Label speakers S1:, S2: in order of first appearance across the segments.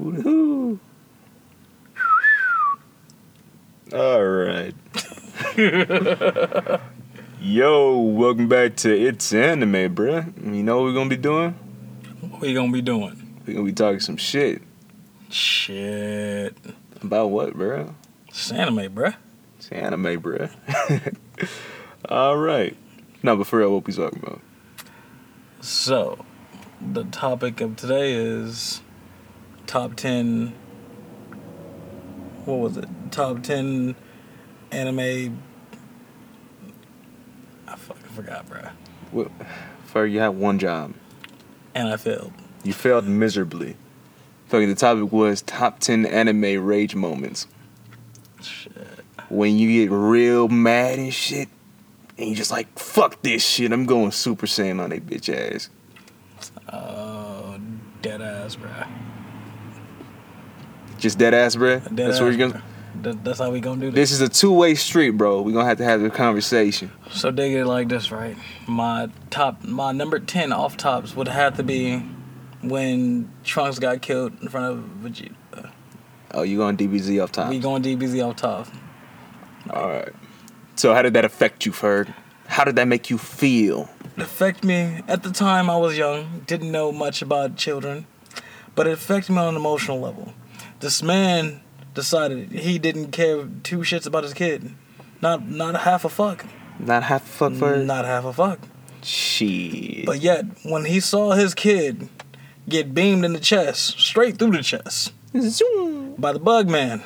S1: Woohoo! All right. Yo, welcome back to It's Anime, bruh. You know what we're gonna be doing?
S2: What we gonna be doing?
S1: We're gonna be talking some shit.
S2: Shit.
S1: About what, bruh?
S2: It's anime, bruh.
S1: It's anime, bruh. All right. Now, before real, what we talking about?
S2: So, the topic of today is top 10. What was it? Top 10 anime. I fucking forgot, bruh.
S1: What, for you had one job.
S2: And I failed.
S1: You failed miserably. Fucking the topic was top 10 anime rage moments.
S2: Shit.
S1: When you get real mad and shit, and you just like, fuck this shit, I'm going Super Saiyan on they bitch ass.
S2: Oh, dead ass, bruh.
S1: Just dead ass, bruh.
S2: Dead
S1: That's
S2: ass,
S1: where you're gonna.
S2: bruh. That- that's how we gonna do this.
S1: This is a two way street, bro. We're gonna have to have a conversation.
S2: So dig it like this, right? My top, my number ten off tops would have to be when Trunks got killed in front of Vegeta.
S1: Oh, you going DBZ off top.
S2: We going DBZ off top.
S1: All right. So, how did that affect you, Ferg? How did that make you feel?
S2: It affected me at the time. I was young, didn't know much about children, but it affected me on an emotional level. This man decided he didn't care two shits about his kid. Not not half a fuck.
S1: Not half a fuck, Ferg?
S2: Not half a fuck.
S1: Shit.
S2: But yet, when he saw his kid get beamed in the chest, straight through the chest,
S1: Zoom.
S2: by the bug man.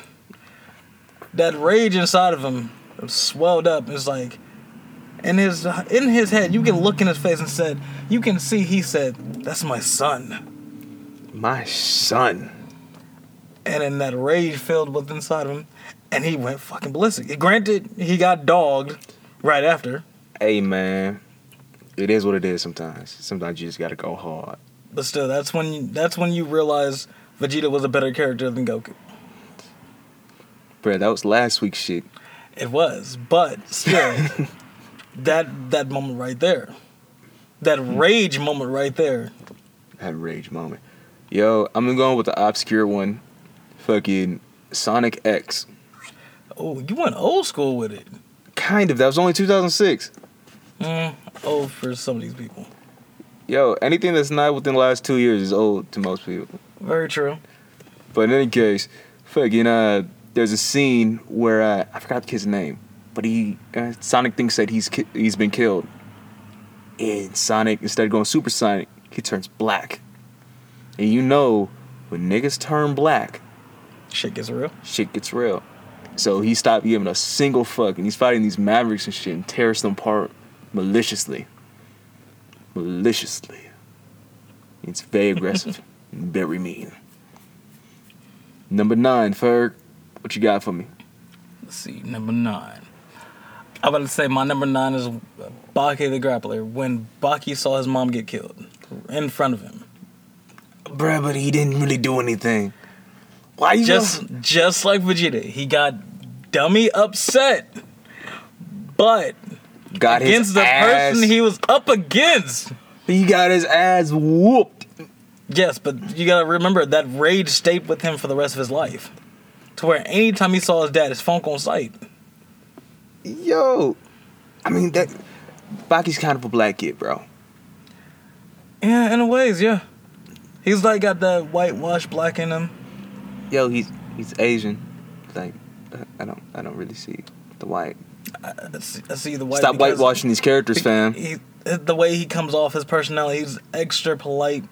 S2: That rage inside of him swelled up. It's like in his in his head, you can look in his face and said, you can see he said, That's my son.
S1: My son.
S2: And then that rage filled with inside of him and he went fucking ballistic. Granted, he got dogged right after,
S1: Hey, man. It is what it is sometimes. Sometimes you just gotta go hard.
S2: but still that's when you, that's when you realize Vegeta was a better character than Goku.
S1: Bruh, that was last week's shit.
S2: It was, but still, that that moment right there, that rage moment right there,
S1: That rage moment. Yo, I'm going with the obscure one. Fucking Sonic X.
S2: Oh, you went old school with it.
S1: Kind of. That was only 2006.
S2: Mm, old for some of these people.
S1: Yo, anything that's not within the last two years is old to most people.
S2: Very true.
S1: But in any case, fucking uh, there's a scene where uh, I forgot the kid's name, but he uh, Sonic thinks that he's ki- he's been killed, and Sonic instead of going Super Sonic, he turns black, and you know when niggas turn black,
S2: Shit gets real.
S1: shit gets real. So he stopped giving a single fuck, and he's fighting these Mavericks and shit and tears them apart maliciously. Maliciously. It's very aggressive and very mean. Number nine, Ferg, what you got for me?
S2: Let's see, number nine. I about to say my number nine is Baki the Grappler. When Baki saw his mom get killed in front of him,
S1: Bruh, but he didn't really do anything. Why you
S2: just just like Vegeta, he got dummy upset. But
S1: got his
S2: against the
S1: ass?
S2: person he was up against.
S1: he got his ass whooped.
S2: Yes, but you gotta remember that rage stayed with him for the rest of his life. To where anytime he saw his dad, his phone on sight.
S1: Yo, I mean that. Baki's kind of a black kid, bro.
S2: Yeah, in a ways, yeah. He's like got that whitewash black in him.
S1: yo, he's he's Asian. Like, I- I don't I don't really see the white.
S2: I, I see, I see the white.
S1: Stop
S2: because
S1: whitewashing these characters, fam.
S2: He, the way he comes off, his personality, he's extra polite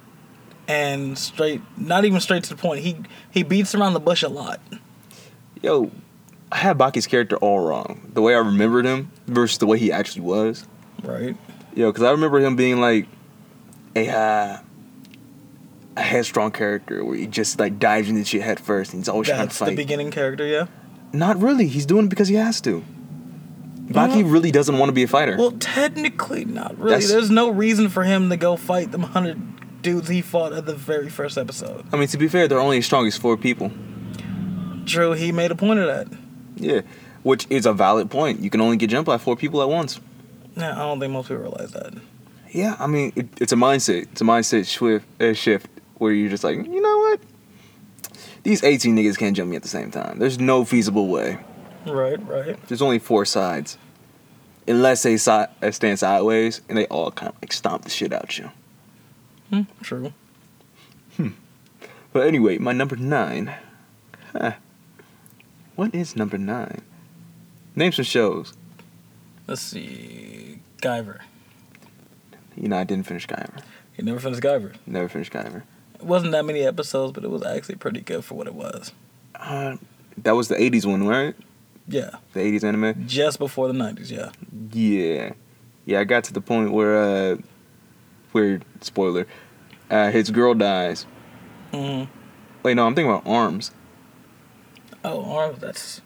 S2: and straight. Not even straight to the point. He he beats around the bush a lot.
S1: Yo, I had Baki's character all wrong. The way I remembered him versus the way he actually was.
S2: Right.
S1: Yo, because I remember him being like a uh, a headstrong character where he just like dives into shit head first and he's always
S2: That's the
S1: trying to fight.
S2: beginning character, yeah.
S1: Not really. He's doing it because he has to. Baki
S2: know-
S1: really doesn't want to be a fighter.
S2: Well, technically, not really.
S1: That's-
S2: There's no reason for him to go fight them hundred dudes he fought at the very first episode.
S1: I mean, to be fair, they're only as strong as four people.
S2: True, he made a point of that.
S1: Yeah, which is a valid point. You can only get jumped by four people at once.
S2: Now, I don't think most people realize that.
S1: Yeah, I mean, it, it's a mindset. It's a mindset shift, uh, shift where you're just like, you know what? these 18 niggas can't jump me at the same time. There's no feasible way.
S2: Right, right.
S1: There's only four sides. Unless they si- uh, stand sideways and they all kind of like stomp the shit out you.
S2: Hmm, true.
S1: But anyway, my number nine. Huh. What is number nine? Name some shows.
S2: Let's see. Guyver.
S1: You know, I didn't finish Guyver.
S2: You never finished Guyver.
S1: Never finished Guyver.
S2: It wasn't that many episodes, but it was actually pretty good for what it was.
S1: Uh, that was the 80s one, right?
S2: Yeah.
S1: The 80s anime?
S2: Just before the 90s, yeah.
S1: Yeah. Yeah, I got to the point where, uh, where, spoiler, uh, his girl dies.
S2: hmm
S1: Wait, no, I'm thinking about Arms.
S2: Oh, Arms, that's.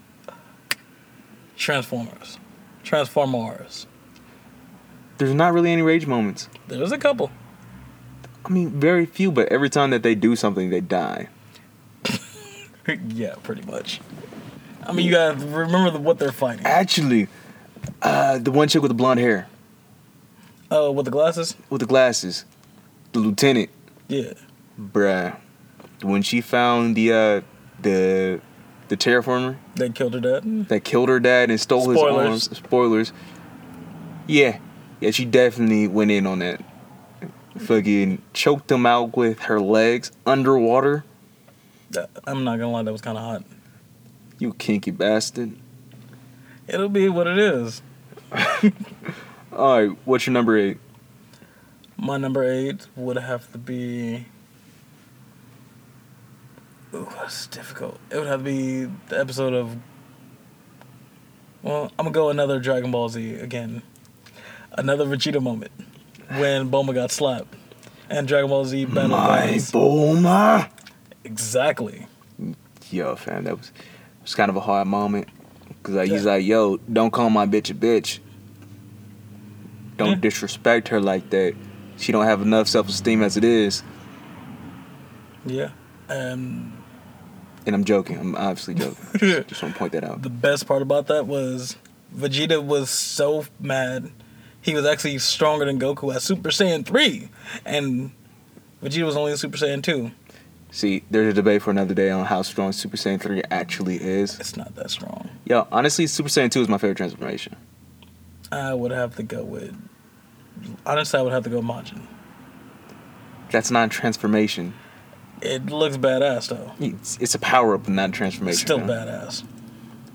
S2: Transformers. Transformers.
S1: There's not really any rage moments.
S2: There's a couple.
S1: I mean, very few, but every time that they do something, they die.
S2: yeah, pretty much. I mean, you gotta remember the, what they're fighting.
S1: Actually, uh, the one chick with the blonde hair,
S2: Oh, with the glasses?
S1: with the glasses, the lieutenant,
S2: Yeah.
S1: bruh. When she found the uh, the the terraformer
S2: They killed her dad. Mm,
S1: that killed her dad and stole his
S2: Spoilers.
S1: arms, spoilers. Yeah, yeah, she definitely went in on that. Fucking choked him out with her legs underwater.
S2: That- I'm not gonna lie, that was kind of hot.
S1: You kinky bastard.
S2: It'll be what it is.
S1: All right, what's your number eight?
S2: My number eight would have to be. Ooh, that's difficult. It would have to be the episode of. Well, I'm gonna go another Dragon Ball Z again. Another Vegeta moment when Boma got slapped, and Dragon Ball Z Battle of
S1: My
S2: Bands.
S1: Bulma.
S2: Exactly.
S1: Yo, fam, that was it was kind of a hard moment because like, he's
S2: Yeah.
S1: like, yo, don't call my bitch a bitch. Don't
S2: Yeah.
S1: disrespect her like that. She don't have enough self esteem as it is.
S2: Yeah. And
S1: And I'm joking. I'm obviously joking. just, just want to point that out.
S2: the best part about that was Vegeta was so mad. He was actually stronger than Goku at Super Saiyan 3. And Vegeta was only in Super Saiyan 2.
S1: See, there's a debate for another day on how strong Super Saiyan 3 actually is.
S2: It's not that strong.
S1: Yo, honestly, Super Saiyan 2 is my favorite transformation.
S2: I would have to go with. Honestly, I would have to go Majin.
S1: That's not a transformation.
S2: It looks badass, though.
S1: It's, it's a power up, not a
S2: It's
S1: transformation.
S2: still
S1: man.
S2: badass.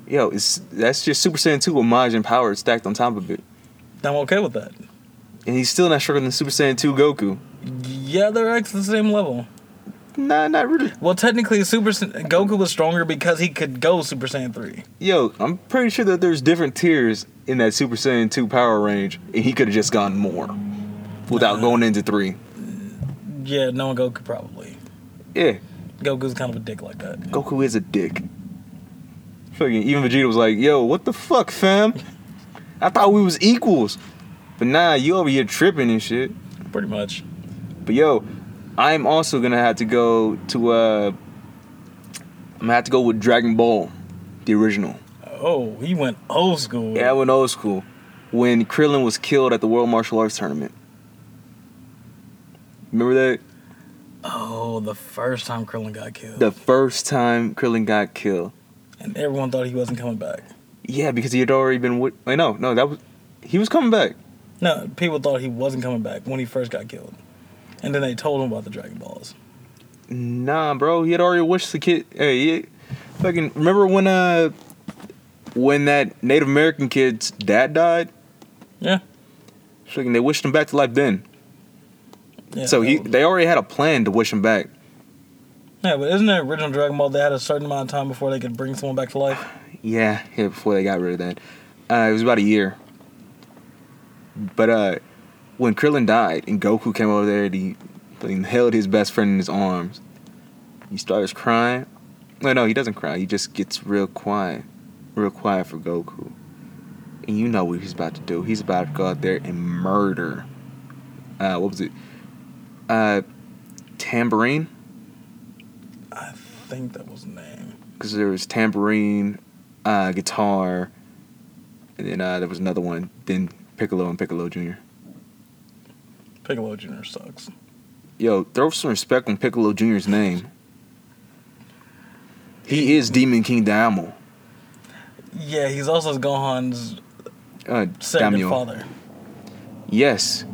S1: Yo, it's that's just Super Saiyan 2 with Majin power stacked on top of it.
S2: I'm okay with that.
S1: And he's still not stronger than Super Saiyan 2 Goku.
S2: Yeah, they're at the same level.
S1: Nah, not really.
S2: Well, technically, Super Sa- Goku was stronger because he could go Super Saiyan 3.
S1: Yo, I'm pretty sure that there's different tiers in that Super Saiyan 2 power range, and he could have just gone more without going into three.
S2: Yeah, no one Goku probably.
S1: Yeah,
S2: Goku's kind of a dick like that.
S1: Goku is a dick. Fucking even Vegeta was like, "Yo, what the fuck, fam? I thought we was equals, but nah, you over here tripping and shit."
S2: Pretty much.
S1: But yo, I'm also gonna have to go to uh, I'm gonna have to go with Dragon Ball, the original.
S2: Oh, he went old school.
S1: Yeah, I went old school. When Krillin was killed at the World Martial Arts Tournament. Remember that?
S2: Oh, the first time Krillin got killed,
S1: The first time Krillin got killed.
S2: and everyone thought he wasn't coming back.
S1: Yeah, because he had already been. wi- Wait, no, no, that was. He was coming back.
S2: No, people thought he wasn't coming back when he first got killed, and then they told him about the Dragon Balls.
S1: Nah, bro, he had already wished the kid. Hey, he, fucking. Remember when uh, when that Native American kid's dad died?
S2: Yeah.
S1: Fucking, they wished him back to life then.
S2: yeah
S1: so he,
S2: that-
S1: they already had a plan to wish him back.
S2: yeah, but isn't the original Dragon Ball they had a certain amount of time before they could bring someone back to life?
S1: Yeah, yeah, before they got rid of that. Uh, it was about a year. But uh, when Krillin died and Goku came over there and he, he held his best friend in his arms, he starts crying. No, no, he doesn't cry. He just gets real quiet. Real quiet for Goku. And you know what he's about to do. He's about to go out there and murder. Uh, what was it? Uh, Tambourine?
S2: I think that was the name.
S1: because there was tambourine, uh, guitar, and then uh, there was another one. Then Piccolo and Piccolo Jr.
S2: Piccolo Jr. sucks.
S1: Yo, throw some respect on Piccolo Jr.'s name. He is Demon King Daimyo.
S2: Yeah, he's also Gohan's
S1: Uh,
S2: second
S1: Daimyo.
S2: father.
S1: Yes.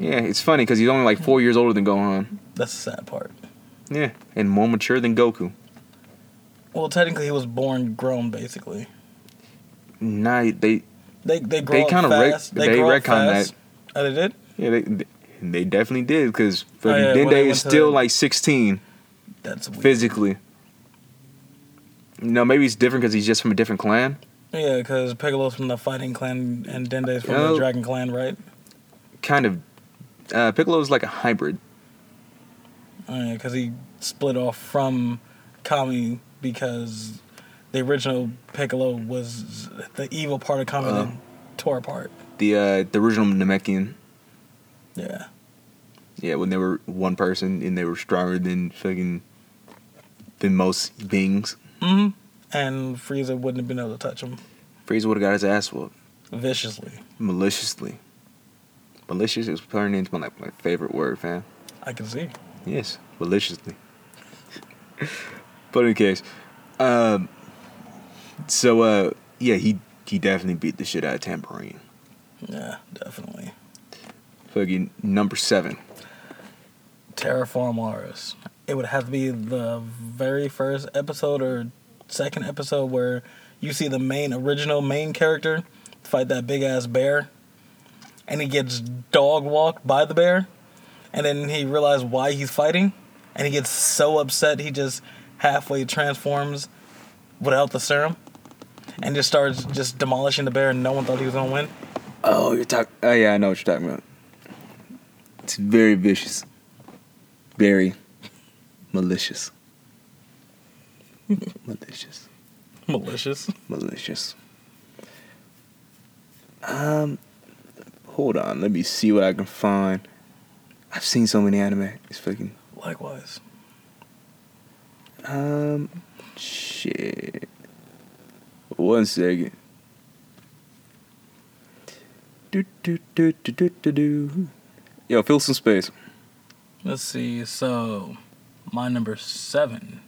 S1: Yeah, it's funny because he's only like four years older than Gohan.
S2: That's the sad part.
S1: Yeah, and more mature than Goku.
S2: Well, technically, he was born grown, basically.
S1: Nah, they
S2: They they grow
S1: They
S2: up
S1: kinda rec-
S2: fast.
S1: they
S2: grow up
S1: retconned that.
S2: fast. Oh, they did.
S1: yeah they they definitely did because
S2: Oh, yeah, when
S1: Dende
S2: they went
S1: is
S2: to-
S1: still like sixteen
S2: That's weird.
S1: physically. No, maybe it's different because he's just from a different clan.
S2: Yeah, because Piccolo's from the Fighting Clan and Dende's from
S1: Oh.
S2: the Dragon Clan, right?
S1: Kind of. Uh, Piccolo's like a hybrid.
S2: Because Oh, he split off from Kami because the original Piccolo was the evil part of Kami that tore apart.
S1: The uh, the original Namekian.
S2: Yeah.
S1: Yeah, when they were one person and they were stronger than fucking than most beings.
S2: hmm And Frieza wouldn't have been able to touch him
S1: Frieza would have got his ass whooped.
S2: viciously.
S1: maliciously. Malicious is turning into my like my favorite word, fam.
S2: I can see.
S1: Yes, maliciously. but in case, um, so uh, yeah, he he definitely beat the shit out of Tambourine.
S2: Yeah, definitely.
S1: Fucking number seven.
S2: Terraform Mars. It would have to be the very first episode or second episode where you see the main original main character fight that big ass bear, and he gets dog walked by the bear, and then he realizes why he's fighting, and he gets so upset he just halfway transforms without the serum, and just starts just demolishing the bear, and no one thought he was gonna win.
S1: Oh, you're talking. Oh yeah, I know what you're talking about. It's very vicious. Very malicious. malicious.
S2: Malicious.
S1: malicious. Um, hold on. Let me see what I can find. I've seen so many anime. It's fucking.
S2: Likewise.
S1: Um, shit. One second. Do do do do do do do. Yo, fill some space.
S2: Let's see. So, my number seven,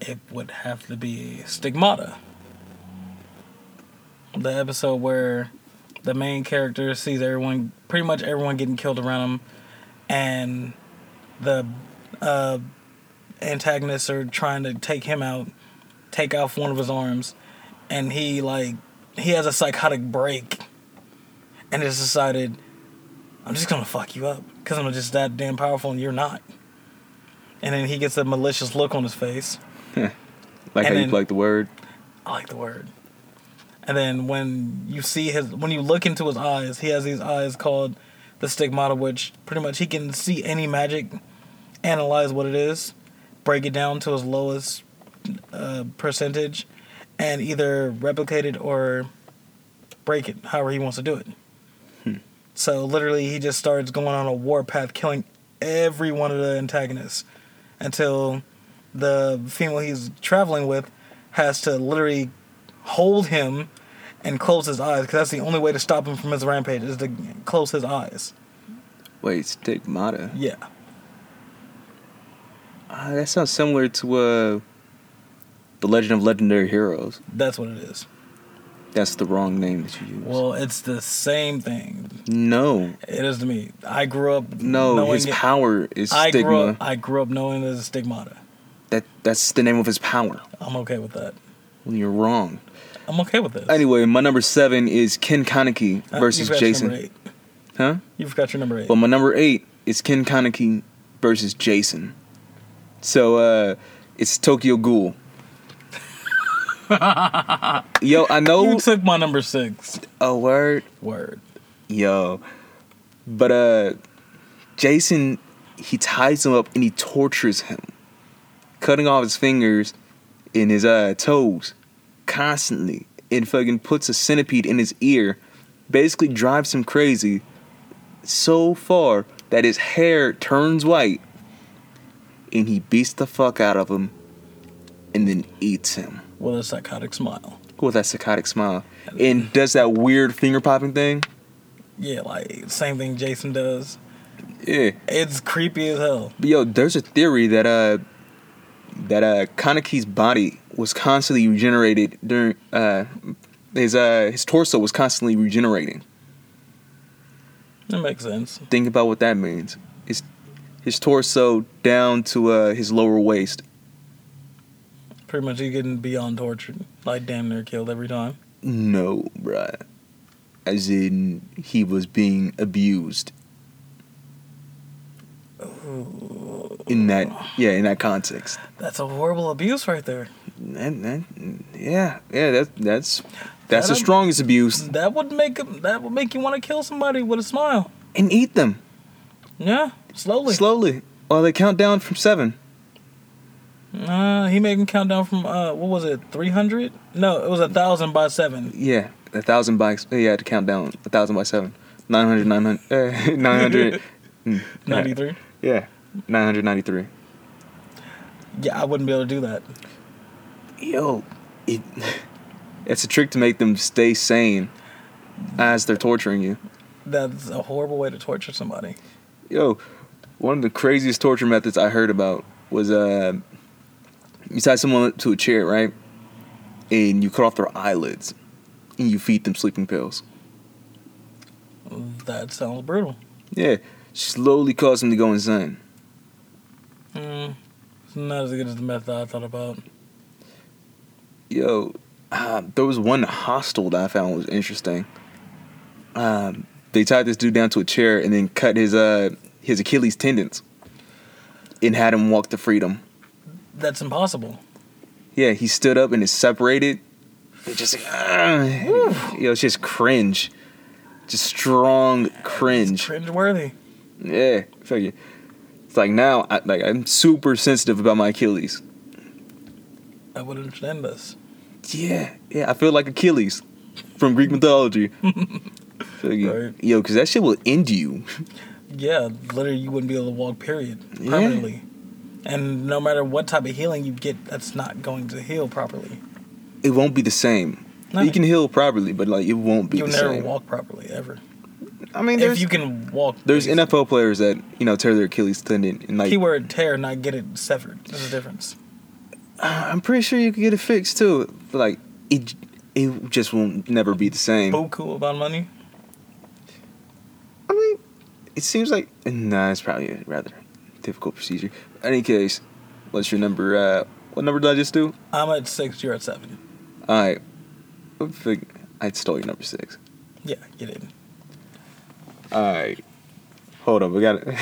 S2: it would have to be Stigmata. The episode where the main character sees everyone, pretty much everyone getting killed around him, and the uh, antagonists are trying to take him out, take off one of his arms, and he like he has a psychotic break, and has decided I'm just gonna fuck you up because I'm just that damn powerful and you're not. And then he gets a malicious look on his face.
S1: Like
S2: And
S1: how
S2: then-
S1: you like the word.
S2: I like the word. And then when you see his, when you look into his eyes, he has these eyes called the stigmata, which pretty much he can see any magic, analyze what it is, break it down to his lowest uh, percentage, and either replicate it or break it, however he wants to do it. So literally, he just starts going on a warpath, killing every one of the antagonists until the female he's traveling with has to literally hold him and close his eyes because that's the only way to stop him from his rampage is to close his eyes.
S1: Wait, stigmata.
S2: Yeah.
S1: Uh, that sounds similar to uh, the Legend of Legendary Heroes.
S2: That's what it is.
S1: That's the wrong name that you use.
S2: Well, it's the same thing.
S1: no,
S2: It is to me. I grew up
S1: No,
S2: knowing
S1: his
S2: it.
S1: power is
S2: I
S1: stigma.
S2: grew up. I grew up knowing there's a stigmata.
S1: that that's the name of his power.
S2: I'm okay with that.
S1: When you're wrong.
S2: I'm okay with this.
S1: Anyway, my number seven is Ken Kaneki
S2: Uh, you
S1: versus
S2: forgot your number
S1: Jason.
S2: eight.
S1: Huh?
S2: You forgot your number eight.
S1: But my number eight is Ken Kaneki versus Jason. So uh it's Tokyo Ghoul. Yo, I know
S2: you took my number six.
S1: a word.
S2: Word.
S1: Yo. But uh Jason he ties him up and he tortures him. Cutting off his fingers and his uh toes constantly and fucking puts a centipede in his ear, basically drives him crazy so far that his hair turns white and he beats the fuck out of him and then eats him
S2: With a psychotic smile.
S1: with that psychotic smile and does that weird finger popping thing.
S2: Yeah, like same thing Jason does.
S1: Yeah.
S2: It's creepy as hell.
S1: But yo, there's a theory that uh that uh, Kaneki's body was constantly regenerated during uh, his uh, his torso was constantly regenerating.
S2: That makes sense.
S1: Think about what that means. His his torso down to uh, his lower waist.
S2: Pretty much, he's getting beyond tortured. Like damn near killed every time.
S1: No, bruh. As in, he was being abused in that yeah in that context.
S2: That's a horrible abuse right there.
S1: And, and, yeah, yeah, that that's that's the
S2: That'll-
S1: strongest abuse.
S2: That would make him- that would make you want to kill somebody with a smile.
S1: And eat them
S2: Yeah, slowly.
S1: slowly while they count down from seven.
S2: Uh, he made him count down from uh, what was it, three hundred? No, it was a thousand by seven.
S1: Yeah, a thousand by yeah to count down a thousand by seven. 900, 900, uh, 900 mm,
S2: Ninety three.
S1: Yeah, nine hundred ninety-three.
S2: Yeah, I wouldn't be able to do that.
S1: Yo, it, it's a trick to make them stay sane as they're torturing you.
S2: That's a horrible way to torture somebody.
S1: Yo, one of the craziest torture methods I heard about was uh, you tie someone up to a chair, right? And you cut off their eyelids and you feed them sleeping pills.
S2: That sounds brutal.
S1: Yeah, slowly cause them to go insane.
S2: Mm, it's not as good as the method I thought about.
S1: Yo, uh, there was one hostel that I found was interesting. Um, they tied this dude down to a chair and then cut his uh his Achilles tendons and had him walk to freedom.
S2: That's impossible.
S1: Yeah, he stood up and is separated. It just uh, yo, it's just cringe, just strong cringe.
S2: Cringe worthy.
S1: Yeah, fuck you. It's like now, I, like I'm super sensitive about my Achilles.
S2: I would understand this.
S1: Yeah, yeah, I feel like Achilles from Greek mythology. Feel you.
S2: Right.
S1: Yo, because that shit will end you.
S2: Yeah, literally, you wouldn't be able to walk. Period. Permanently. And no matter what type of healing you get, that's not going to heal properly.
S1: It won't be the same.
S2: No.
S1: You can heal properly, but like it won't be
S2: You'll
S1: the
S2: never
S1: same.
S2: walk properly ever.
S1: I mean,
S2: If
S1: there's
S2: you can walk,
S1: there's
S2: please.
S1: NFL players that you know tear their Achilles tendon, and like
S2: Keyword tear, not get it severed. There's a difference.
S1: I'm pretty sure you could get it fixed too. But like it, it just won't never be the same.
S2: Buku about money.
S1: I mean, it seems like nah, it's probably a rather difficult procedure. In any case, what's your number? Uh, what number did I just do?
S2: I'm at six. You're at seven.
S1: I, I think I stole your number six.
S2: Yeah, you did.
S1: Alright. Hold up, we gotta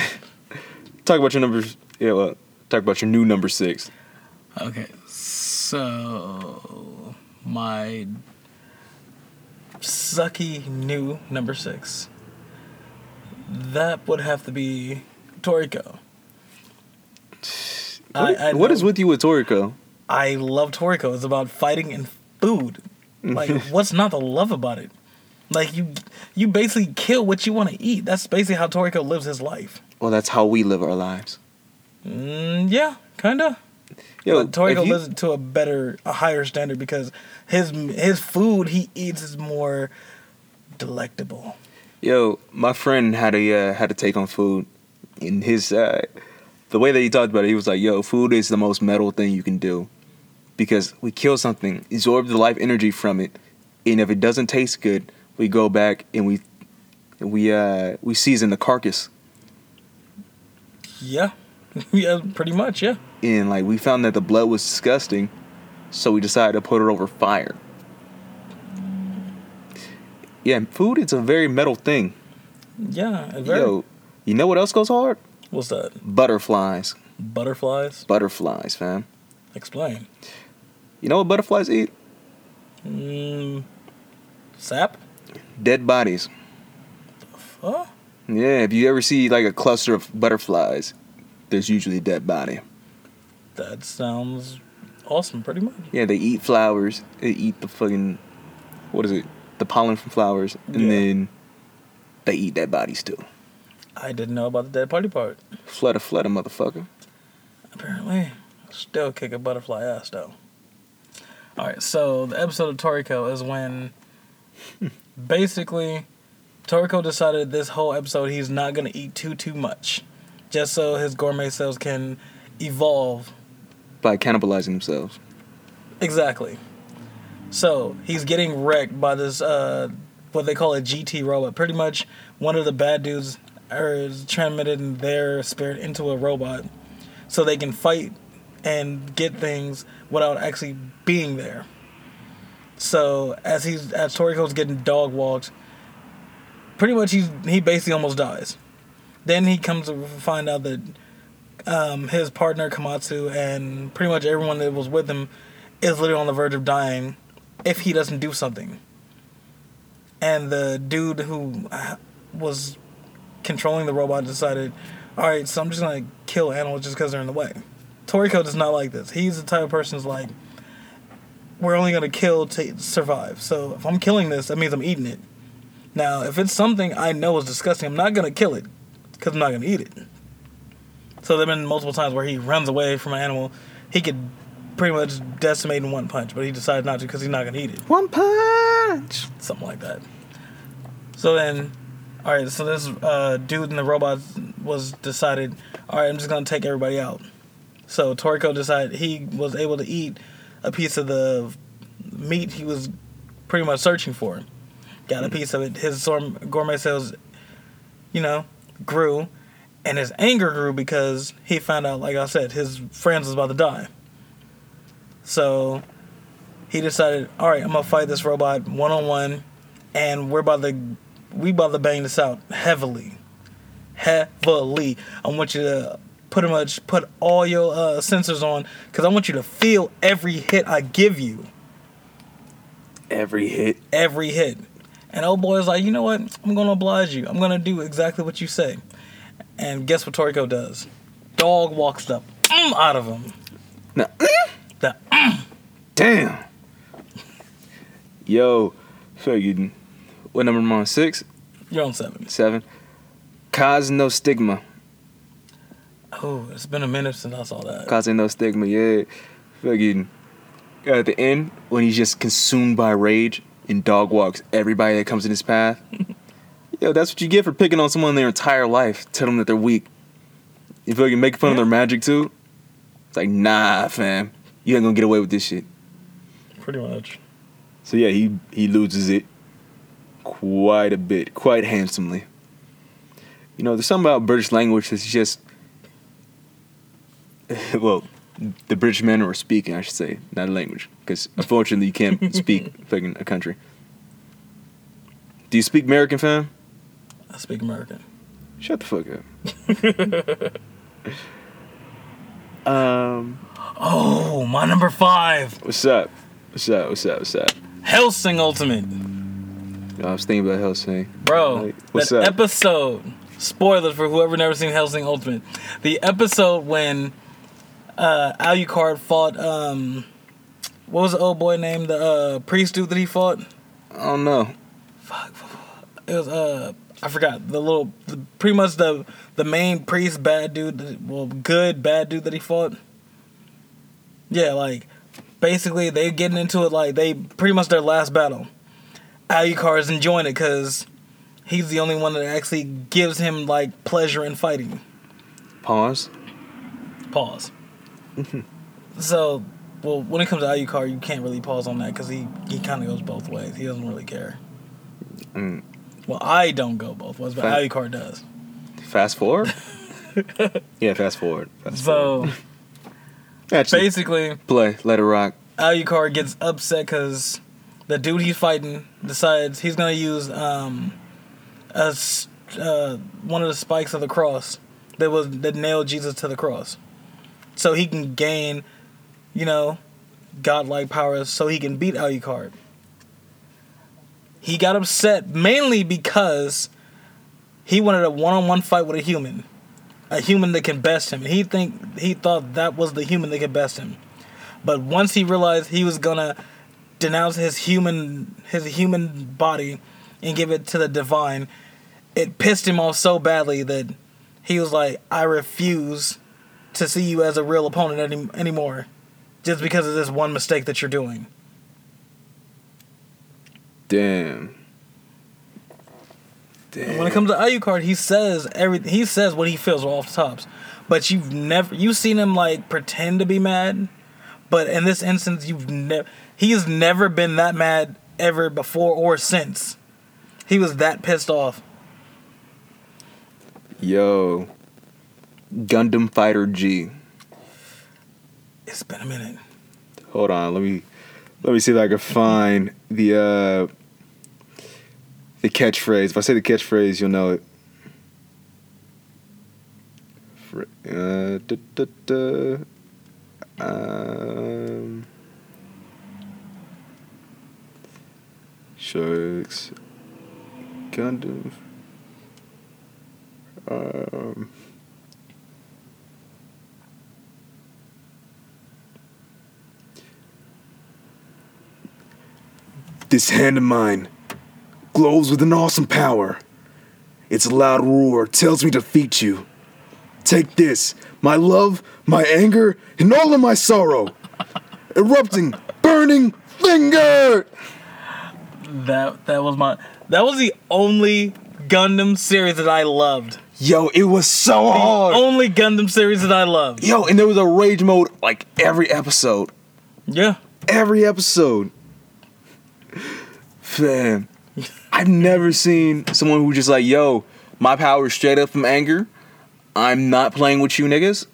S1: talk about your numbers. Yeah, well, talk about your new number six.
S2: Okay, so my sucky new number six. That would have to be Toriko.
S1: What,
S2: I- I
S1: what
S2: know-
S1: is with you with Toriko?
S2: I love Toriko. It's about fighting and food.
S1: Mm-hmm.
S2: Like, what's not to love about it? Like you, you basically kill what you want to eat. That's basically how Toriko lives his life.
S1: Well, that's how we live our lives.
S2: Mm, yeah, kinda.
S1: Yo,
S2: but Toriko
S1: if you-
S2: lives to a better, a higher standard because his his food he eats is more delectable.
S1: Yo, my friend had a uh, had a take on food, and his uh, the way that he talked about it, he was like, "Yo, food is the most metal thing you can do, because we kill something, absorb the life energy from it, and if it doesn't taste good, we go back and we we uh, we season the carcass,
S2: Yeah, yeah, pretty much. Yeah,
S1: and like we found that the blood was disgusting, so we decided to put it over fire. Yeah, food is a very metal thing.
S2: yeah. and Very,
S1: Yo, you know what else goes hard?
S2: what's that?
S1: Butterflies.
S2: Butterflies.
S1: butterflies, fam.
S2: Explain.
S1: You know what butterflies eat?
S2: Mm, sap.
S1: Dead bodies.
S2: Huh?
S1: Yeah, if you ever see like a cluster of butterflies, there's usually a dead body.
S2: That sounds awesome. Pretty much.
S1: Yeah, they eat flowers. They eat the fucking, what is it? The pollen from flowers, and
S2: Yeah.
S1: then they eat dead bodies too.
S2: I didn't know about the dead party part.
S1: Flutter, flutter, motherfucker.
S2: Apparently, still kick a butterfly ass though. All right, so the episode of Toriko is when basically Toriko decided this whole episode he's not gonna eat too too much, just so his gourmet selves can evolve
S1: by cannibalizing themselves.
S2: Exactly. So he's getting wrecked by this uh, what they call a GT robot. Pretty much, one of the bad dudes er, is transmitting their spirit into a robot, so they can fight and get things without actually being there. So as he's as Toriko's getting dog walked, pretty much he's he basically almost dies. Then he comes to find out that um, his partner Kamatsu and pretty much everyone that was with him is literally on the verge of dying if he doesn't do something. And the dude who uh, was controlling the robot decided, all right, so I'm just gonna kill animals just because they're in the way. Toriko does not like this. He's the type of person who's like, we're only gonna kill to survive. So if I'm killing this, that means I'm eating it. Now, if it's something I know is disgusting, I'm not gonna kill it because I'm not gonna eat it. So there've been multiple times where he runs away from an animal. He could pretty much decimate in one punch, but he decided not to because he's not gonna eat it.
S1: One punch.
S2: Something like that. So then, all right. So this uh, dude in the robot was decided. All right, I'm just gonna take everybody out. So Toriko decided he was able to eat a piece of the meat he was pretty much searching for. Got a piece of it. His sorm- gourmet sales, you know, grew, and his anger grew because he found out, like I said, his friends was about to die. So he decided, all right, I'm gonna fight this robot one on one, and we're about to we about to bang this out heavily, heavily. I want you to pretty much put all your uh, sensors on because I want you to feel every hit I give you,
S1: Every hit.
S2: every hit. And old boy is like, you know what? I'm gonna oblige you. I'm gonna do exactly what you say. And guess what Toriko does? Dog walks the mm out of him.
S1: No.
S2: The
S1: Damn. Yo, Ferguson. What number am I on? Six?
S2: you're on seven.
S1: Seven? Cause no stigma.
S2: Oh, it's been a minute since I saw that.
S1: Causing no stigma, yeah. Fucking at the end when he's just consumed by rage and dog walks everybody that comes in his path. Yo, that's what you get for picking on someone their entire life. Tell them that they're weak. You fucking make fun of their magic too. It's like nah, fam. You ain't gonna get away with this shit.
S2: Pretty much.
S1: So yeah, he he loses it quite a bit, quite handsomely. You know, there's something about British language that's just well, the British manner of speaking, I should say, not a language, because unfortunately you can't speak fucking a country. Do you speak American, fam?
S2: I speak American.
S1: Shut the fuck up. um,
S2: Oh, my number five,
S1: what's up? What's up? What's up? What's up?
S2: Helsing Ultimate,
S1: Yo, I was thinking about Hellsing.
S2: bro.
S1: Like, what's
S2: that
S1: up?
S2: episode. Spoilers for whoever never seen Helsing Ultimate. The episode when uh, Alucard fought um, what was the old boy named the uh, priest dude that he fought?
S1: I don't know.
S2: It was uh, I forgot the little, the, pretty much the the main priest bad dude, that- well good bad dude that he fought. Yeah, like basically they getting into it like they pretty much their last battle. Alucard is enjoying it because he's the only one that actually gives him like pleasure in fighting.
S1: Pause.
S2: Pause. so, well, when it comes to Alucard, you can't really pause on that because he he kind of goes both ways. He doesn't really care.
S1: Mm.
S2: Well, I don't go both ways, but
S1: Fact.
S2: Alucard does.
S1: Fast forward. yeah, fast forward. Fast
S2: So
S1: forward. Actually,
S2: basically,
S1: play. Let it rock.
S2: Alucard gets upset because the dude he's fighting decides he's gonna use um, a s uh, one of the spikes of the cross that was that nailed Jesus to the cross, so he can gain, you know, godlike powers, so he can beat Alucard. He got upset mainly because he wanted a one-on-one fight with a human, a human that can best him. He think he thought that was the human that could best him. But once he realized he was gonna denounce his human his human body and give it to the divine, it pissed him off so badly that he was like, "I refuse to see you as a real opponent any, anymore, just because of this one mistake that you're doing."
S1: Damn. Damn.
S2: And when it comes to Alucard, he says every he says what he feels off the tops. but you've never you've seen him like pretend to be mad, but in this instance, you've never he's never been that mad ever before or since. He was that pissed off.
S1: Yo, Gundam Fighter G.
S2: It's been a minute.
S1: Hold on, let me let me see if I can find the uh the catchphrase. If I say the catchphrase, you'll know it. Fr- Uh, duh, duh, duh. Um, sharks, Gundam. Um, this hand of mine glows with an awesome power. Its loud roar tells me to defeat you. Take this, my love, my anger, and all of my sorrow. Erupting, burning finger!
S2: That that was my that was the only Gundam series that I loved.
S1: Yo, it was so
S2: The
S1: hard.
S2: only Gundam series that I loved.
S1: Yo, and there was a rage mode like every episode.
S2: Yeah.
S1: Every episode. Fam, I've never seen someone who just like, yo, my power is straight up from anger. I'm not playing with you niggas.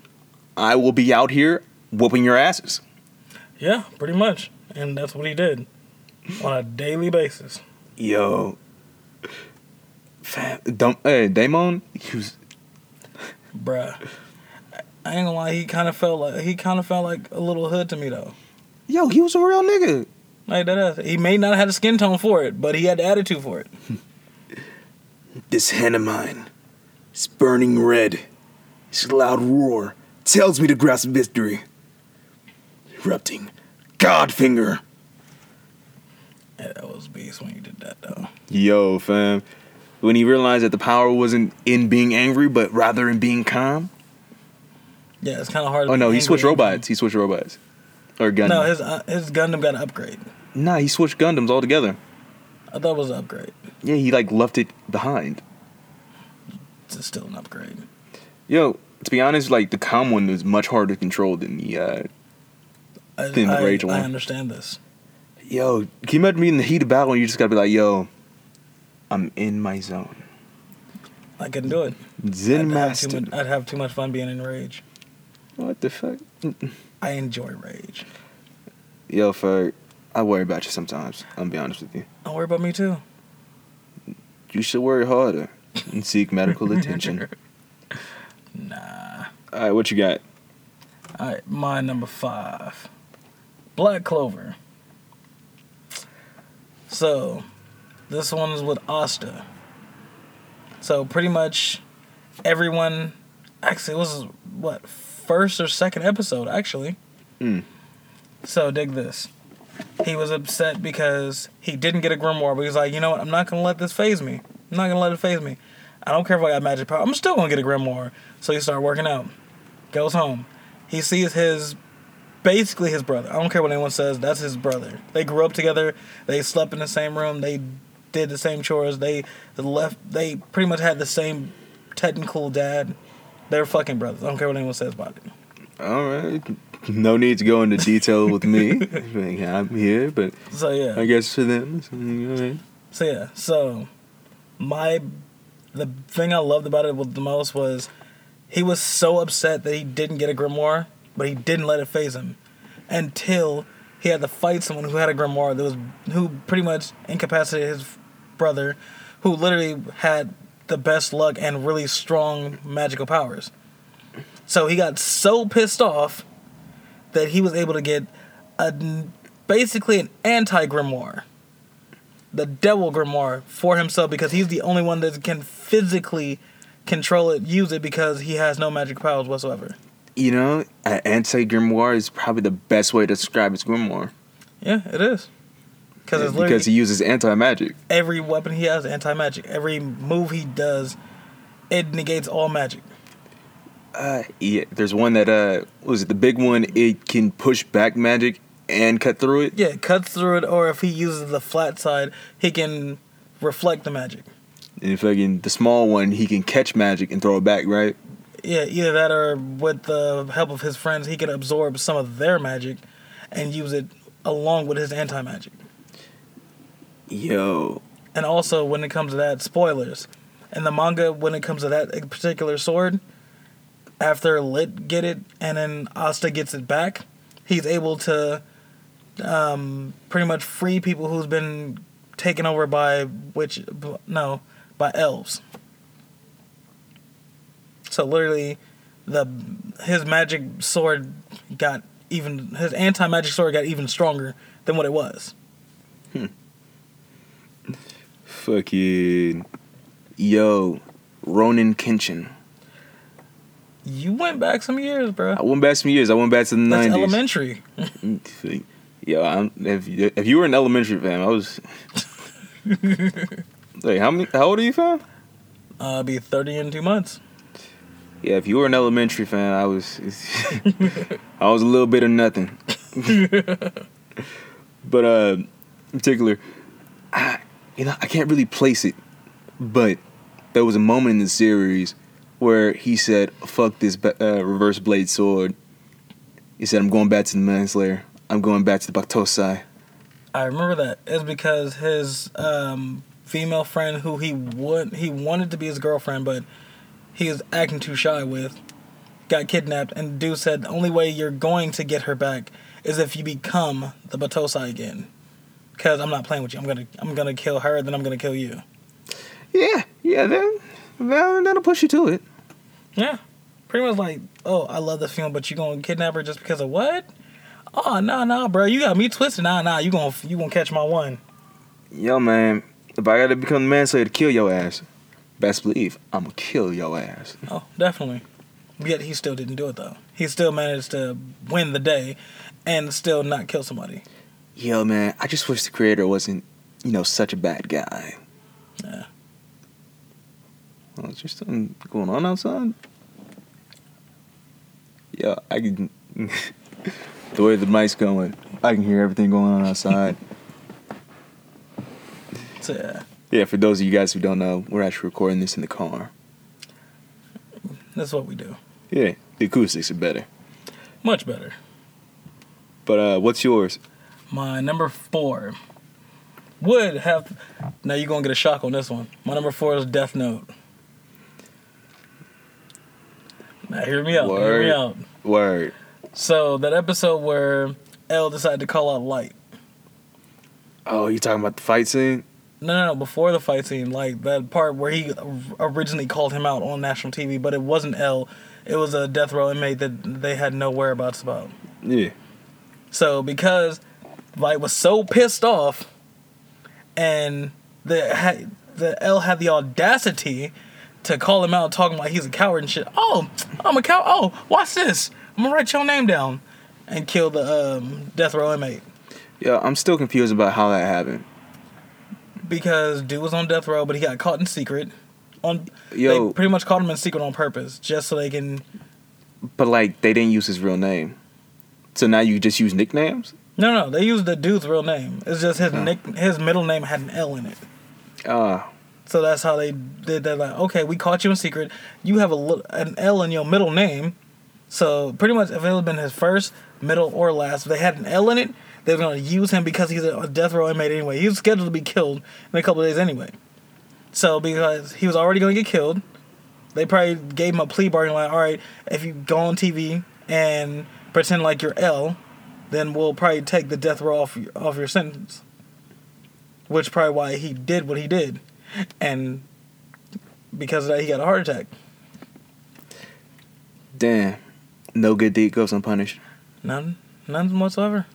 S1: I will be out here whooping your asses.
S2: Yeah, pretty much. And that's what he did on a daily basis.
S1: Yo. Fam, Dam- hey, Damon, he was
S2: Bruh. I- I ain't gonna lie, he kinda felt like he kinda felt like a little hood to me though.
S1: Yo, he was a real nigga.
S2: Like that ass. He may not have had a skin tone for it, but he had the attitude for it.
S1: This hand of mine is burning red. Its loud roar tells me to grasp victory. Erupting Godfinger.
S2: Yeah, that was beast when he did that though.
S1: Yo, fam. When he realized that the power wasn't in being angry, but rather in being calm.
S2: Yeah, it's kinda hard to
S1: Oh
S2: be
S1: no, he
S2: angry
S1: switched
S2: and-
S1: robots. He switched robots. Or Gundam.
S2: No, his uh, his Gundam got an upgrade.
S1: nah, he switched Gundams altogether.
S2: I thought it was an upgrade.
S1: Yeah, he like left it behind.
S2: It's still an upgrade.
S1: Yo, to be honest, like the calm one was much harder to control than the uh
S2: I,
S1: Thin
S2: I,
S1: Rage
S2: I
S1: one.
S2: understand this.
S1: Yo, can you imagine being in the heat of battle and you just gotta be like, yo, I'm in my zone.
S2: I couldn't do it.
S1: Zen
S2: I'd have,
S1: master.
S2: too much, I'd have too much fun being in rage.
S1: What the fuck?
S2: I enjoy rage.
S1: Yo, fuck. I worry about you sometimes. I'm gonna be honest with you.
S2: Don't worry about me too.
S1: You should worry harder and seek medical attention.
S2: Nah.
S1: All right, what you got?
S2: All right, my number five, Black Clover. So, this one is with Asta. So pretty much everyone. Actually, it was what first or second episode actually.
S1: Mm.
S2: So dig this. He was upset because he didn't get a grimoire, but he was like, you know what? I'm not gonna let this phase me. I'm not gonna let it phase me. I don't care if I got magic power. I'm still gonna get a grimoire. So he started working out. Goes home. He sees his basically his brother. I don't care what anyone says. That's his brother. They grew up together. They slept in the same room. They did the same chores. They left. They pretty much had the same technical dad. They're fucking brothers. I don't care what anyone says about it.
S1: All right. No need to go into detail with me. Like, I'm here, but
S2: So yeah.
S1: I guess for them. it's- all right.
S2: So yeah, so my the thing I loved about it the most was he was so upset that he didn't get a grimoire, but he didn't let it phase him until he had to fight someone who had a grimoire that was who pretty much incapacitated his brother, who literally had the best luck and really strong magical powers. So he got so pissed off that he was able to get a basically an anti grimoire the devil grimoire for himself because he's the only one that can physically control it, use it because he has no magic powers whatsoever.
S1: You know, an anti grimoire is probably the best way to describe his grimoire.
S2: Yeah, it is. Because it's literally
S1: Because he uses anti magic.
S2: every weapon he has anti magic. Every move he does, it negates all magic.
S1: Uh, yeah, there's one that uh, what was it the big one? It can push back magic and cut through it.
S2: Yeah, it cuts through it, or if he uses the flat side, he can reflect the magic.
S1: And fucking the small one, he can catch magic and throw it back, right?
S2: yeah, either that or with the help of his friends, he could absorb some of their magic and use it along with his anti magic.
S1: Yo,
S2: And also, when it comes to that, spoilers. In the manga, when it comes to that particular sword, after Lit get it and then Asta gets it back, he's able to um, pretty much free people who's been taken over by which no by elves. So literally, the his magic sword got even his anti magic sword got even stronger than what it was.
S1: fucking, yo, Ronan Kenshin.
S2: You went back some years, bro.
S1: I went back some years. I went back to the
S2: That's
S1: nineties. Mm,
S2: elementary.
S1: Yo, I'm, if you- if you were in elementary, fam, I was. Wait, how many? How old are you, fam?
S2: Uh, I'll be thirty in two months.
S1: Yeah, if you were an elementary fan, I was, I was a little bit of nothing. but uh, in particular, I, you know, I can't really place it, but there was a moment in the series where he said, "Fuck this ba- uh, reverse blade sword." He said, "I'm going back to the Manslayer. I'm going back to the Baktosai."
S2: I remember that. It's because his um, female friend, who he would he wanted to be his girlfriend, but he was acting too shy with, got kidnapped. And dude said the only way you're going to get her back is if you become the Batosai again. Cause I'm not playing with you. I'm gonna I'm gonna kill her, then I'm gonna kill you.
S1: Yeah, yeah, that, that that'll push you to it.
S2: Yeah, pretty much like oh I love this film, but you gonna kidnap her just because of what? Oh no no bro, you got me twisted. Nah nah, you gonna you gonna catch my one.
S1: Yo, man, if I gotta become the manslayer to kill your ass, best believe I'm gonna kill your ass.
S2: Oh, definitely. Yet he still didn't do it though. He still managed to win the day and still not kill somebody.
S1: Yo, man, I just wish the creator wasn't, you know, such a bad guy.
S2: Yeah.
S1: Oh, is there something going on outside? Yo, I can. the way the mic's going, I can hear everything going on outside.
S2: So yeah,
S1: yeah, for those of you guys who don't know, we're actually recording this in the car.
S2: that's what we do.
S1: Yeah, the acoustics are better.
S2: Much better.
S1: But uh, what's yours?
S2: My number four would have. Now you're gonna get a shock on this one. My number four is Death Note. Now hear me out. Hear me
S1: Word.
S2: out.
S1: Word.
S2: So that episode where L decided to call out Light.
S1: Oh, you talking about the fight scene?
S2: No, no, no. Before the fight scene, like that part where he or- originally called him out on national TV, but it wasn't L. It was a death row inmate that they had no whereabouts about.
S1: Yeah.
S2: So because Light was so pissed off, and the ha- the L had the audacity to call him out, talking like he's a coward and shit. Oh, I'm a cow. Oh, watch this. I'm gonna write your name down, and kill the um, death row inmate.
S1: Yeah, I'm still confused about how that happened.
S2: because dude was on death row, but he got caught in secret. On
S1: Yo.
S2: they pretty much caught him in secret on purpose, just so they can.
S1: But like, they didn't use his real name, so now you just use nicknames.
S2: No, no, they used the dude's real name. It's just his nick, his middle name had an L in it,
S1: Ah,
S2: so that's how they did that. Like, okay, we caught you in secret. You have a li- an L in your middle name, so pretty much if it had been his first, middle, or last, if they had an L in it, they were gonna use him because he's a death row inmate anyway. He was scheduled to be killed in a couple of days anyway. So because he was already gonna get killed, they probably gave him a plea bargain like, all right, if you go on TV and pretend like you're L, then we'll probably take the death row off off your sentence. Which probably why he did what he did, and because of that he got a heart attack.
S1: damn. No good deed goes unpunished.
S2: None, none whatsoever.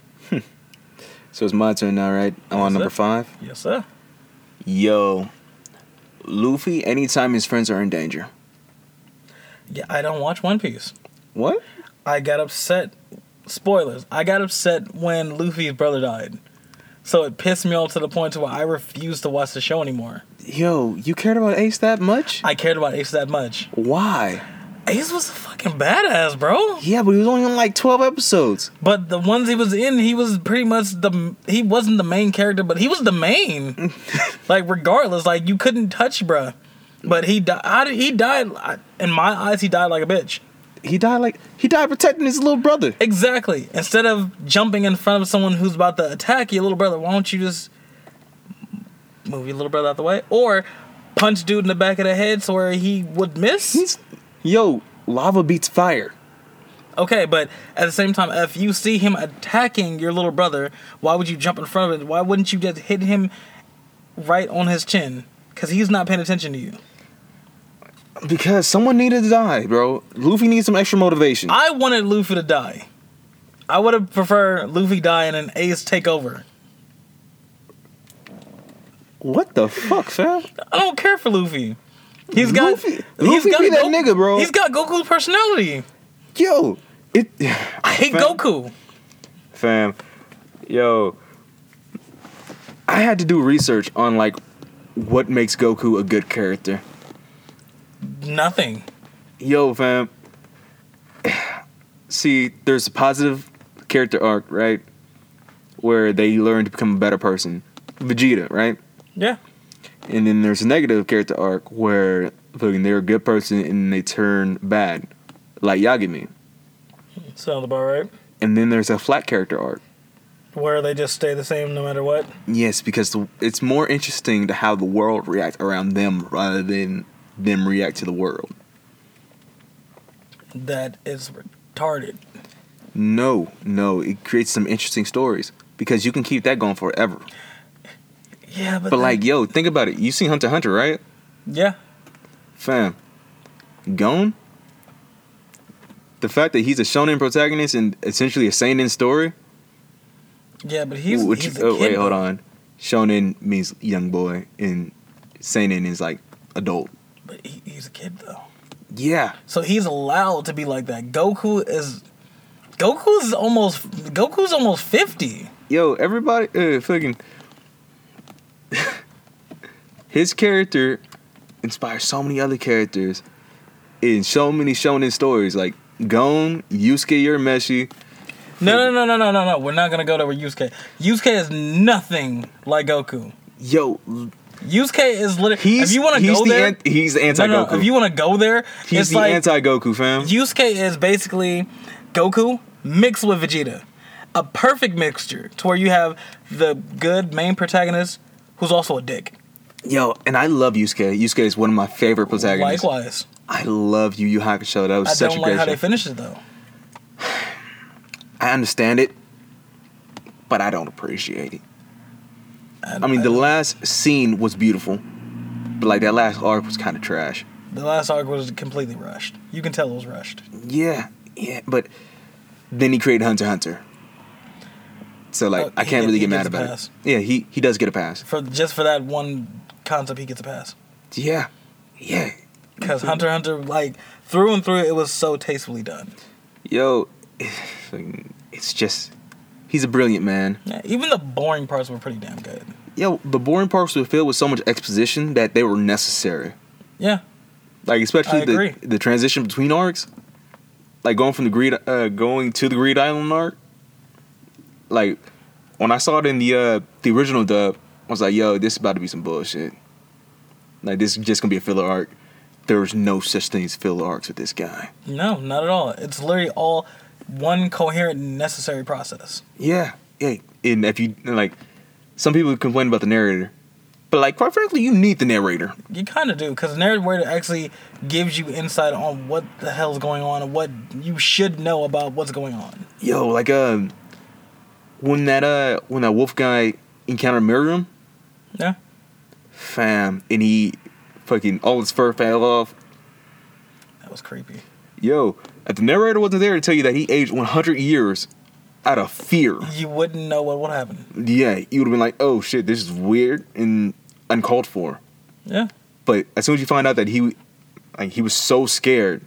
S1: So it's my turn now, right? I'm on
S2: That's
S1: number
S2: it.
S1: five.
S2: Yes, sir.
S1: Yo, Luffy. Anytime his friends are in danger.
S2: Yeah, I don't watch One Piece.
S1: What?
S2: I got upset. Spoilers. I got upset when Luffy's brother died, so it pissed me off to the point to where I refused to watch the show anymore.
S1: Yo, you cared about Ace that much?
S2: I cared about Ace that much.
S1: Why?
S2: Ace was a fucking badass, bro.
S1: Yeah, but he was only on like 12 episodes.
S2: But the ones he was in, he was pretty much the he wasn't the main character, but he was the main. like regardless, like you couldn't touch bruh. But he died. How did he died? In my eyes, he died like a bitch.
S1: He died like he died protecting his little brother.
S2: Exactly. Instead of jumping in front of someone who's about to attack your little brother, why don't you just move your little brother out the way or punch dude in the back of the head so where he would miss?
S1: He's, yo, lava beats fire.
S2: Okay, but at the same time, if you see him attacking your little brother, why would you jump in front of it? Why wouldn't you just hit him right on his chin? Because he's not paying attention to you.
S1: Because someone needed to die, bro. Luffy needs some extra motivation.
S2: I wanted Luffy to die. I would have preferred Luffy die in an Ace takeover.
S1: what the fuck, fam?
S2: I don't care for Luffy. He's got
S1: Luffy- Luffy be that nigga, bro.
S2: He's got Goku's personality.
S1: Yo, it.
S2: I hate
S1: Fam.
S2: Goku.
S1: fam. Yo, I had to do research on like what makes Goku a good character.
S2: Nothing.
S1: Yo, fam. See, there's a positive character arc, right? Where they learn to become a better person. Vegeta, right?
S2: Yeah.
S1: And then there's a negative character arc where fucking they're a good person and they turn bad, like Yagami.
S2: Sounds about right.
S1: And then there's a flat character arc.
S2: Where they just stay the same no matter what.
S1: Yes, because the, it's more interesting to how the world react around them rather than them react to the world.
S2: That is retarded.
S1: No, no, it creates some interesting stories because you can keep that going forever.
S2: Yeah, but,
S1: But
S2: then-
S1: like, yo, think about it. You seen Hunter x Hunter, right?
S2: yeah,
S1: Fam, Gon. The fact that he's a shonen protagonist and essentially a seinen story.
S2: yeah, but he's,
S1: which,
S2: he's a
S1: oh,
S2: kid.
S1: wait, hold
S2: though.
S1: on. Shonen means young boy, and seinen is like adult.
S2: But he, he's a kid though,
S1: Yeah,
S2: so he's allowed to be like that. Goku is, Goku's almost Goku's almost fifty.
S1: yo, everybody, uh, fucking. His character inspires so many other characters in so many shonen stories, like Gon, Yusuke Urameshi.
S2: No, no, no, no, no, no, no. We're not gonna go to where Yusuke. Yusuke is nothing like Goku.
S1: Yo,
S2: Yusuke is literally.
S1: he's
S2: if you want to
S1: he's
S2: go
S1: the
S2: there,
S1: an- he's the anti
S2: no,
S1: Goku.
S2: no. If you want to go there,
S1: he's
S2: it's
S1: the
S2: like
S1: anti Goku fam.
S2: Yusuke is basically Goku mixed with Vegeta. A perfect mixture to where you have the good main protagonist who's also a dick.
S1: Yo, and I love Yusuke. Yusuke is one of my favorite protagonists.
S2: Likewise.
S1: I love Yu Yu Hakusho. That was
S2: I
S1: such
S2: don't
S1: a
S2: like
S1: great
S2: how
S1: show.
S2: they finished it though.
S1: I understand it, but I don't appreciate it. I mean, the
S2: the,
S1: last scene was beautiful, but like that last arc was kind of trash.
S2: the last arc was completely rushed. You can tell it was rushed.
S1: Yeah, yeah, but then he created Hunter x Hunter. So like,
S2: Oh,
S1: I can't
S2: he get-
S1: really
S2: he
S1: get mad
S2: gets a
S1: about
S2: pass.
S1: it. Yeah, he he does get a pass.
S2: For just for that one concept, he gets a pass.
S1: Yeah, yeah. Mm-hmm.
S2: Because Hunter x Hunter, like through and through, it was so tastefully done.
S1: Yo, it's just he's a brilliant man.
S2: Yeah, even the boring parts were pretty damn good.
S1: Yo, the boring parts were filled with so much exposition that they were necessary.
S2: Yeah,
S1: Like especially
S2: I agree.
S1: the the transition between arcs, like going from the greed uh, going to the Greed Island arc. Like when I saw it in the uh, the original dub, I was like, "Yo, this is about to be some bullshit." Like this is just gonna be a filler arc. There's no such thing as filler arcs with this guy.
S2: no, not at all. It's literally all one coherent, necessary process.
S1: Yeah, yeah. And if you like, some people complain about the narrator, but like quite frankly, you need the narrator.
S2: You kind of do, because narrator actually gives you insight on what the hell's going on and what you should know about what's going on.
S1: Yo, like um, when that uh when that wolf guy encountered Miriam.
S2: Yeah.
S1: fam, and he fucking all his fur fell off.
S2: That was creepy.
S1: Yo, if the narrator wasn't there to tell you that he aged 100 years out of fear,
S2: You wouldn't know what would happen.
S1: yeah, you would have been like, oh shit, this is weird and uncalled for.
S2: Yeah.
S1: But as soon as you find out that he, like, he was so scared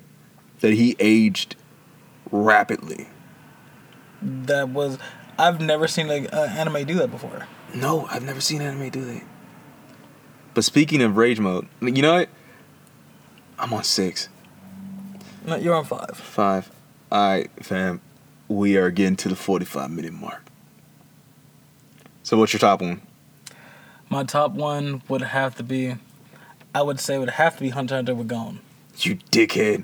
S1: that he aged rapidly.
S2: That was. I've never seen an anime do that before.
S1: No, I've never seen anime do that. But speaking of rage mode, you know what? I'm on six.
S2: No, you're on five.
S1: Five. All right, fam. We are getting to the 45 minute mark. So, what's your top one?
S2: My top one would have to be I would say would have to be Hunter Hunter with Gone.
S1: You dickhead.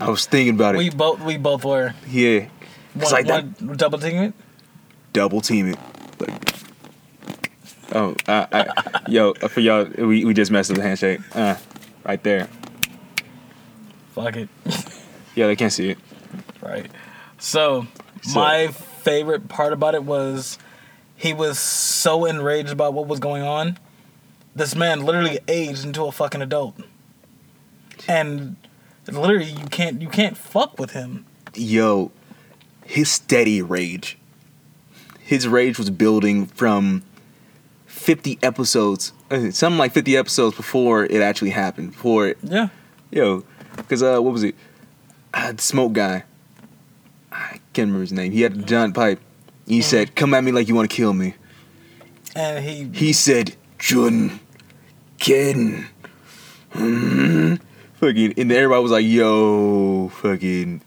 S1: I was thinking about it.
S2: We both we both were
S1: yeah. It's
S2: one,
S1: like that
S2: one double teaming it.
S1: double team it. Like, oh, I, I, yo, for y'all, we, we just messed up the handshake. Uh, right there.
S2: Fuck it.
S1: Yeah, they can't see it.
S2: Right. So,
S1: So-
S2: my favorite part about it was he was so enraged about what was going on. This man literally aged into a fucking adult. And literally you can't you can't fuck with him.
S1: Yo, his steady rage. His rage was building from 50 episodes, uh, something like 50 episodes before it actually happened. Before it,
S2: Yeah.
S1: yo, because uh, what was it? Uh, the smoke guy. I can't remember his name. He had a giant pipe. He said, "Come at me like you want to kill me."
S2: And he
S1: He said, Jun, Ken. Mm. Fucking, and everybody was like, yo, fucking,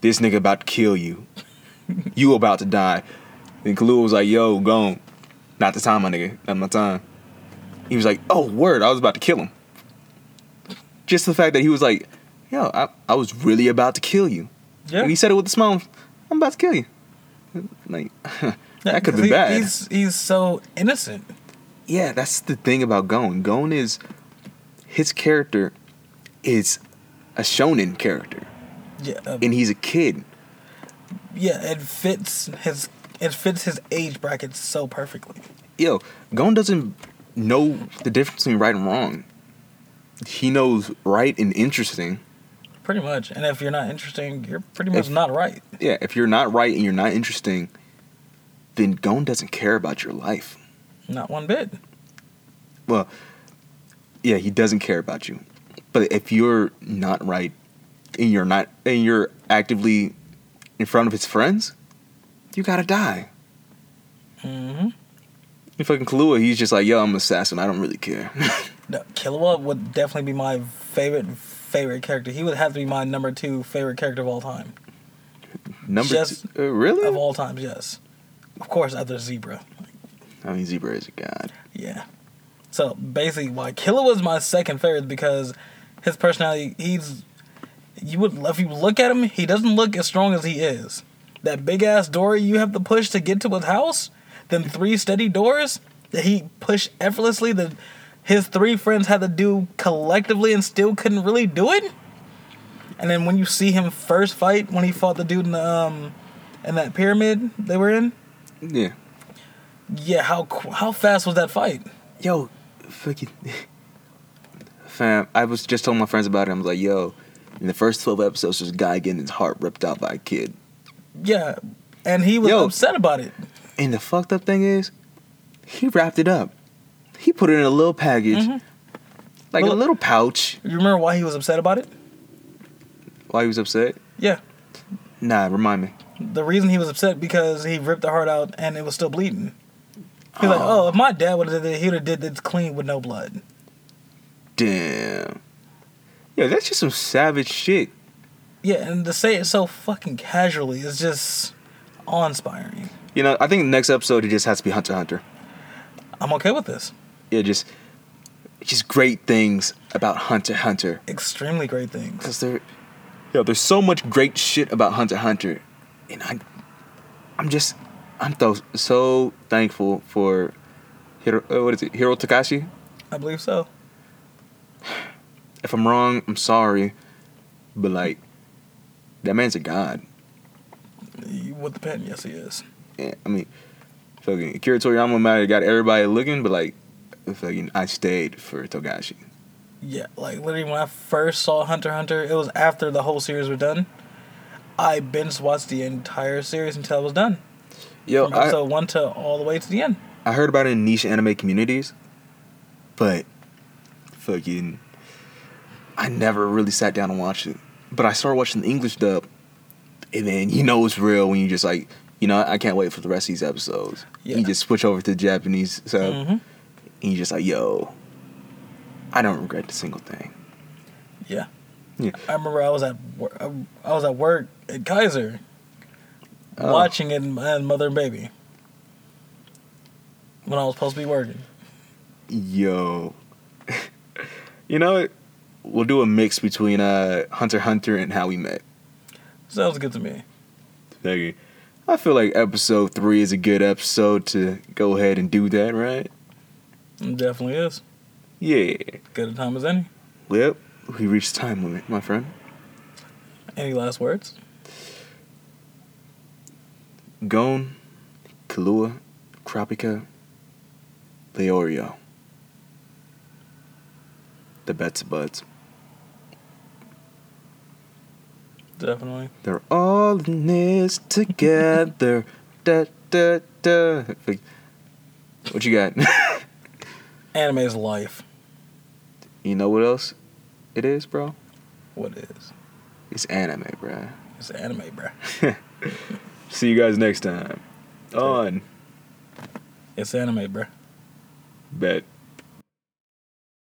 S1: this nigga about to kill you. you about to die. And Kalua was like, yo, gone. Not the time, my nigga. Not my time. He was like, oh, word, I was about to kill him. Just the fact that he was like, yo, I, I was really about to kill you.
S2: yeah.
S1: And he said it with a smile, I'm about to kill you. Like, that could have been
S2: He-
S1: bad
S2: He's he's so innocent.
S1: yeah, that's the thing about Gon. Gon is his character is a shonen character,
S2: Yeah. uh,
S1: and he's a kid.
S2: yeah, it fits his it fits his age bracket so perfectly.
S1: Yo, Gon doesn't know the difference between right and wrong. He knows right and interesting.
S2: Pretty much. And if you're not interesting, you're pretty much
S1: If-
S2: not right.
S1: Yeah, if you're not right and you're not interesting, then Gon doesn't care about your life.
S2: Not one bit.
S1: Well, yeah, he doesn't care about you. But if you're not right and you're not and you're actively in front of his friends, you gotta die.
S2: hmm
S1: And fucking Kalua, he's just like, yo, I'm an assassin. I don't really care.
S2: No, Killua would definitely be my favorite favorite character. He would have to be my number two favorite character of all time.
S1: Number
S2: Just
S1: two, uh, really?
S2: Of all times, yes. Of course, other zebra.
S1: I mean, Zebra is a god.
S2: Yeah. So basically, why Killua is my second favorite is because his personality. He's you would if you look at him, he doesn't look as strong as he is. That big ass door you have to push to get to his house, then three steady doors that he pushed effortlessly that his three friends had to do collectively and still couldn't really do it. And then when you see him first fight, when he fought the dude in the um, in that pyramid they were in,
S1: Yeah.
S2: yeah, how qu- how fast was that fight?
S1: Yo, fucking. Fam, I was just telling my friends about it. I was like, yo, in the first 12 episodes, there's a guy getting his heart ripped out by a kid.
S2: Yeah, and he was
S1: Yo.
S2: upset about it.
S1: And the fucked up thing is, he wrapped it up. He put it in a little package, like a
S2: Well-
S1: little pouch.
S2: You remember why he was upset about it?
S1: While he was upset,
S2: Yeah,
S1: nah, remind me.
S2: the reason he was upset because he ripped the heart out and it was still bleeding. He's like, oh, if my dad would have did it, he would have did this clean with no blood.
S1: Damn. Yo, that's just some savage shit.
S2: Yeah, and to say it so fucking casually is just awe-inspiring.
S1: You know, I think the next episode it just has to be Hunter x Hunter.
S2: I'm okay with this.
S1: Yeah, just, just great things about Hunter x Hunter.
S2: Extremely great things.
S1: Cause there, yo, there's so much great shit about Hunter x Hunter, and I, I'm just, I'm th- so thankful for, Hiro, uh, what is it, Hiro Takashi?
S2: I believe so.
S1: If I'm wrong, I'm sorry, but like, that man's a god.
S2: With the pen, yes, he is.
S1: Yeah, Eh, I mean, fucking Akira Toriyama might have got everybody looking, but like, fucking, I stayed for Togashi.
S2: Yeah, like literally when I first saw Hunter x Hunter, it was after the whole series was done. I binge watched the entire series until it was done.
S1: Yo,
S2: from
S1: I,
S2: episode one to all the way to the end.
S1: I heard about it in niche anime communities, but fucking, I never really sat down and watched it. But I started watching the English dub, and then you know it's real when you just like, you know, I can't wait for the rest of these episodes.
S2: Yeah.
S1: You just switch over to the Japanese sub,
S2: Mhm.
S1: and you just like, yo, I don't regret a single thing.
S2: Yeah.
S1: Yeah.
S2: I remember I was at wor- I was at work at Kaiser
S1: Oh.
S2: watching it and Mother and Baby when I was supposed to be working.
S1: Yo, You know, what? we'll do a mix between uh, Hunter x Hunter and How We Met.
S2: Sounds good to me.
S1: Like, I feel like episode three is a good episode to go ahead and do that, right?
S2: It definitely is.
S1: Yeah.
S2: Good a time as any.
S1: Yep. We reached the time limit, my friend.
S2: Any last words?
S1: Gone, Kahlua, Kropika, Leorio. The Betsy Buds.
S2: Definitely.
S1: They're all in this together. da, da, da. Like, What you got?
S2: Anime is life.
S1: you know what else it is, bro?
S2: What is?
S1: It's anime, bruh.
S2: It's anime, bruh.
S1: See you guys next time on
S2: It's anime, bruh.
S1: Bet.